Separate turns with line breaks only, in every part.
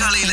காலையில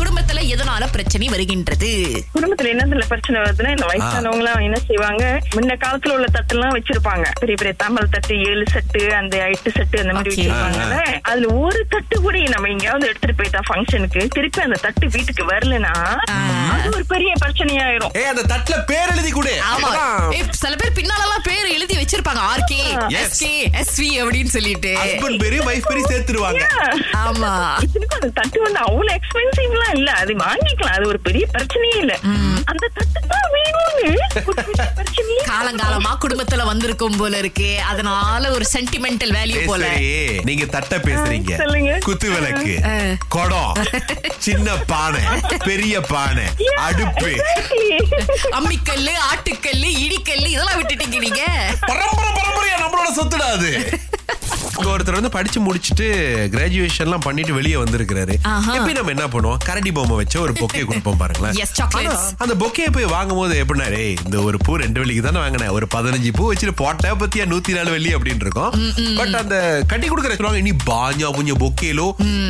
குடும்பத்துல எதனால பிரச்சனை வருகின்றது
குடும்பத்துல என்னதுல பிரச்சனை வருதுன்னா இந்த வயசானவங்க எல்லாம் என்ன செய்வாங்க முன்ன காலத்துல உள்ள தட்டு எல்லாம் வச்சிருப்பாங்க பெரிய பெரிய தாம்பல் தட்டு ஏழு சட்டு அந்த எட்டு சட்டு அந்த மாதிரி
Okay.
வச்சிருப்பாங்கல்ல அதுல ஒரு தட்டு கூட நம்ம எங்கேயாவது எடுத்துட்டு போயிட்டா ஃபங்க்ஷனுக்கு திருப்பி அந்த தட்டு வீட்டுக்கு வரலன்னா அது ஒரு பெரிய பிரச்சனையாயிரும்
ஏய் அந்த தட்டுல பேர் எழுதி கொடு
ஆமா
இதெல்லாம்
ஏய், சில பேர் பின்னாலலாம் பேர் எழுதி வச்சிருப்பாங்க ஆர்கே
Yes.
எஸ்கே எஸ்வி அப்படின்னு சொல்லிட்டு
husband பேரு வைஃப் பேரு சேர்த்துருவாங்க
Yeah.
ஆமா
இத்தனைக்கும் அந்த தட்டு வந்து அவ்வளவு எக்ஸ்பென்சிவ்லாம் இல்ல அது வாங்கிக்கலாம் அது ஒரு பெரிய பிரச்சனையே இல்ல அந்த தட்டு தான் வேணும்னு ஒரு பெரிய பிரச்சனையே
காலங்காலமா குடும்பத்துல வந்திருக்கும் போல இருக்கு அதனால ஒரு சென்டிமெண்டல் வேல்யூ போல
சரி, நீங்க தட்டை பேசுறீங்க
ஆ, சொல்லுங்க.
குத்து விளக்கு
ஆ.
குடம் சின்ன பானை பெரிய பானை
Yeah,
அடுப்பு
exactly.
அம்மிக்கல்லு ஆட்டுக்கல்லு இடிக்கல்லு இதெல்லாம் விட்டுட்டீங்க நீங்க
பரம்பரை பரம்பரையா நம்மளோட சொத்துடா அது இங்க ஒருத்தர் வந்து படிச்சு முடிச்சிட்டு கிராஜுவேஷன்லாம் பண்ணிட்டு வெளியே வந்திருக்கிறாரு
ஆஹா.
எப்பயும் நம்ம என்ன பண்ணுவோம் கரடி பொம்மை வச்சு ஒரு பொக்கே கொடுப்போம் பாருங்களேன்
Yes, chocolates.
ஆனா, அந்த பொக்கையை போய் வாங்கும் போது எப்படின்னா "ஏய், இந்த ஒரு பூ ரெண்டு வெள்ளிக்கு தானே வாங்கினேன் ஒரு பதினஞ்சு பூ வச்சுட்டு போட்டா பத்தியா நூத்தி நாலு வெள்ளி அப்படின்னு இருக்கும் பட் அந்த கட்டி கொடுக்குற சொல்லுவாங்க நீ பாஞ்சா புஞ்ச பொக்கேலோ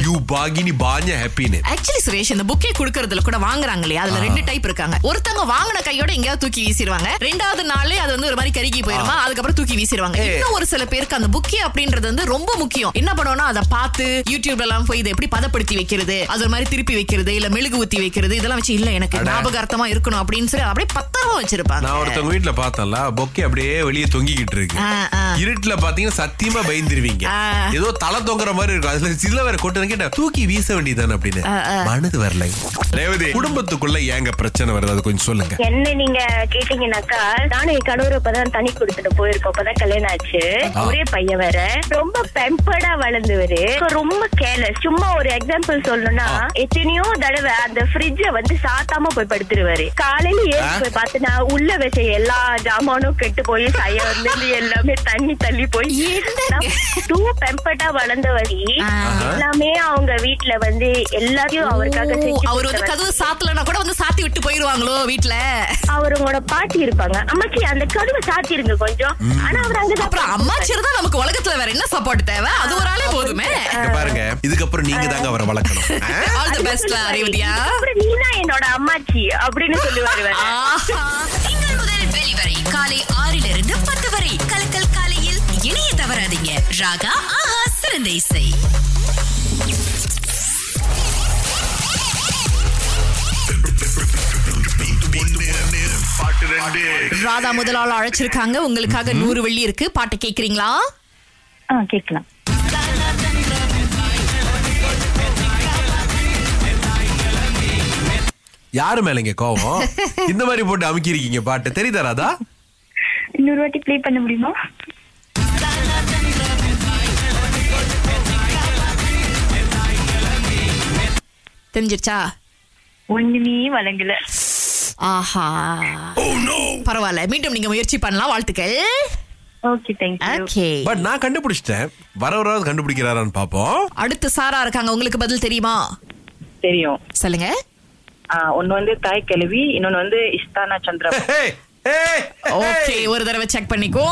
யூ பாகினி பாஞ்ச ஹாப்பின்னு
ஆக்சுவலி சுரேஷ் இந்த புக்கே குடுக்கறதுல கூட வாங்குறாங்க இல்லையா அதுல ரெண்டு டைப் இருக்காங்க ஒருத்தவங்க வாங்கின கையோட எங்கேயாவது தூக்கி வீசிடுவாங்க ரெண்டாவது நாளே அது வந்து ஒரு மாதிரி கருகி போயிருமா அதுக்கப்புறம் தூக்கி வீசிடுவாங்க இன்னும் ஒரு சில பேருக்கு அந்த புக்கே அப்படின்றது வந்து ரொம்ப முக்கியம் என்ன பண்ணுவோம்னா அதை பார்த்து யூடியூப்ல எல்லாம் போய் இதை எப்படி பதப்படுத்தி வைக்கிறது அது ஒரு மாதிரி திருப்பி வைக்கிறது இல்ல மெழுகு ஊத்தி வைக்கிறது இதெல்லாம் வச்சு இல்ல எனக்கு ஞாபகார்த்தமா இருக்கணும் அப்படின்னு சொல்லி அப்படியே பத்திரமா
நான்
வச்சிருப்பாங்க
ஒருத்தவங்க வீட்டுல பார்த்தேன்ல பொக்கே அப்படியே வெளியே தொங்கிக்கிட்டு இருக்கு
ஆ, ஆ.
இருட்டுல பாத்தீங்கன்னா சத்தியமா பயந்துருவீங்க
ஆ.
ஏதோ தலை தொங்குற மாதிரி இருக்கும் அதுல சில வேற கொட்டு கேட்டா தூக்கி வீச வேண்டியதானே அப்படின்னு மனது வரல ரேவதி குடும்பத்துக்குள்ள ஏங்க பிரச்சனை வருது அது கொஞ்சம் சொல்லுங்க
என்ன நீங்க கேட்டீங்கன்னாக்கா நானும் என் கணவர் இப்பதான் தனி கொடுத்துட்டு போயிருக்கோம் இப்பதான் கல்யாணம் ஆச்சு ஒரே பையன் வேற ரொம்ப பெம்பர்டா வளர்ந்தவரு So, ரொம்ப கேர்லெஸ் சும்மா ஒரு எக்ஸாம்பிள் சொல்லணும்னா எத்தனையோ தடவை அந்த ஃப்ரிட்ஜ வந்து சாத்தாம போய் படுத்துருவாரு காலையில ஏறி போய் பார்த்து நான் உள்ள வச்ச எல்லா ஜாமானும் கெட்டு போய் சைய வந்து எல்லாமே தண்ணி தள்ளி போய் டூ பெம்பர்டா வளர்ந்தவரி எல்லாமே அவங்க வீட்டுல வந்து எல்லாத்தையும் அவருக்காக செஞ்சு
அவர் வந்து
கொடுத்தவர்.
கதவு சாத்தலன்னா கூட வந்து சாத்தி விட்டு போயிருவாங்களோ வீட்டுல
அவரோட பாட்டி இருப்பாங்க அம்மாச்சி அந்த கதவை சாத்திருங்க கொஞ்சம் ஆனா அவர்
அப்புறம்
அங்கதான்
அம்மாச்சிரு தான் நமக்கு உலகத்துல வேற என்ன சப்போர்ட் தேவை அது ஒரு ஆளே போதுமே
இங்க பாருங்க இதுக்கப்புறம் நீங்க தாங்க அவரை வளர்க்கணும் ஆ?
ஆல் தி பெஸ்ட்
சொல்லுவாரு.
ரேவதியா
அப்புறம் நீனா என்னோட அம்மாச்சி அப்படின்னு சொல்லுவாரு வேற.
ஆஹா
திங்கள் முதல் வெளிவரை காலை ஆறிலிருந்து பத்து வரை கலக்கல் காலையில் இணைய தவறாதீங்க ராகா ஆஹா சிறந்த இசை
ராதா முதலாள அழைச்சிருக்காங்க உங்களுக்காக நூறு வெள்ளி இருக்கு பாட்டு கேக்குறீங்களா
ஆ, கேக்கலாம்
யாரு மேலங்க கோவம் இந்த மாதிரி போட்டு அமுக்கியிருக்கீங்க பாட்டு தெரியுதா ராதா
இன்னொரு வாட்டி ப்ளே பண்ண முடியுமா
தெரிஞ்சிருச்சா
ஒண்ணுமே வழங்கல
ஆஹா
Oh,
பரவாயில்ல மீண்டும் நீங்க முயற்சி பண்ணலாம் வாழ்த்துக்கள்
ஓகே தேங்க்யூ
ஓகே
பட் நான் கண்டுபிடிச்சிட்டேன் வர வரவராது கண்டுபிடிக்கிறாரான்னு பாப்போம்
அடுத்து சாரா இருக்காங்க உங்களுக்கு பதில் தெரியுமா
தெரியும்
சொல்லுங்க
ஆஹ் ஒண்ணு வந்து தாய் கிழவி இன்னொன்னு வந்து இஸ்தானா சந்திரா
ஏய், ஏய், ஏய்.
ஓகே ஒரு தடவை செக் பண்ணிக்கோ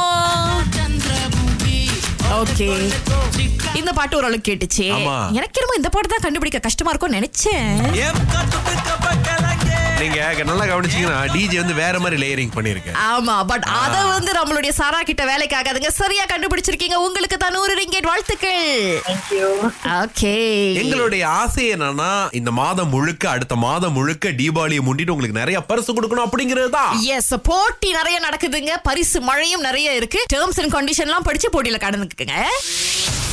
ஓகே இந்த பாட்டு ஓரளவுக்கு கேட்டுச்சு
ஆமா.
எனக்கு என்னமோ இந்த பாட்டு தான் கண்டுபிடிக்க கஷ்டமா இருக்கும்னு நினைச்சேன்
நீங்க நல்லா கவனிச்சீங்கன்னா டிஜே வந்து வேற மாதிரி லேயரிங் பண்ணிருக்கேன்
ஆமா பட் அத வந்து நம்மளுடைய சாரா கிட்ட வேலைக்கு ஆகாதுங்க சரியா கண்டுபிடிச்சிருக்கீங்க உங்களுக்கு தான் நூறு ரிங்கெட் வாழ்த்துக்கள் ஓகே
எங்களுடைய ஆசை என்னன்னா இந்த மாதம் முழுக்க அடுத்த மாதம் முழுக்க தீபாவளியை முன்னிட்டு உங்களுக்கு நிறைய பரிசு கொடுக்கணும் அப்படிங்கிறது தான்
எஸ் போட்டி நிறைய நடக்குதுங்க பரிசு மழையும் நிறைய இருக்கு டேர்ம்ஸ் அண்ட் கண்டிஷன்லாம் படிச்சு போட்டியில கடந்துக்குங்க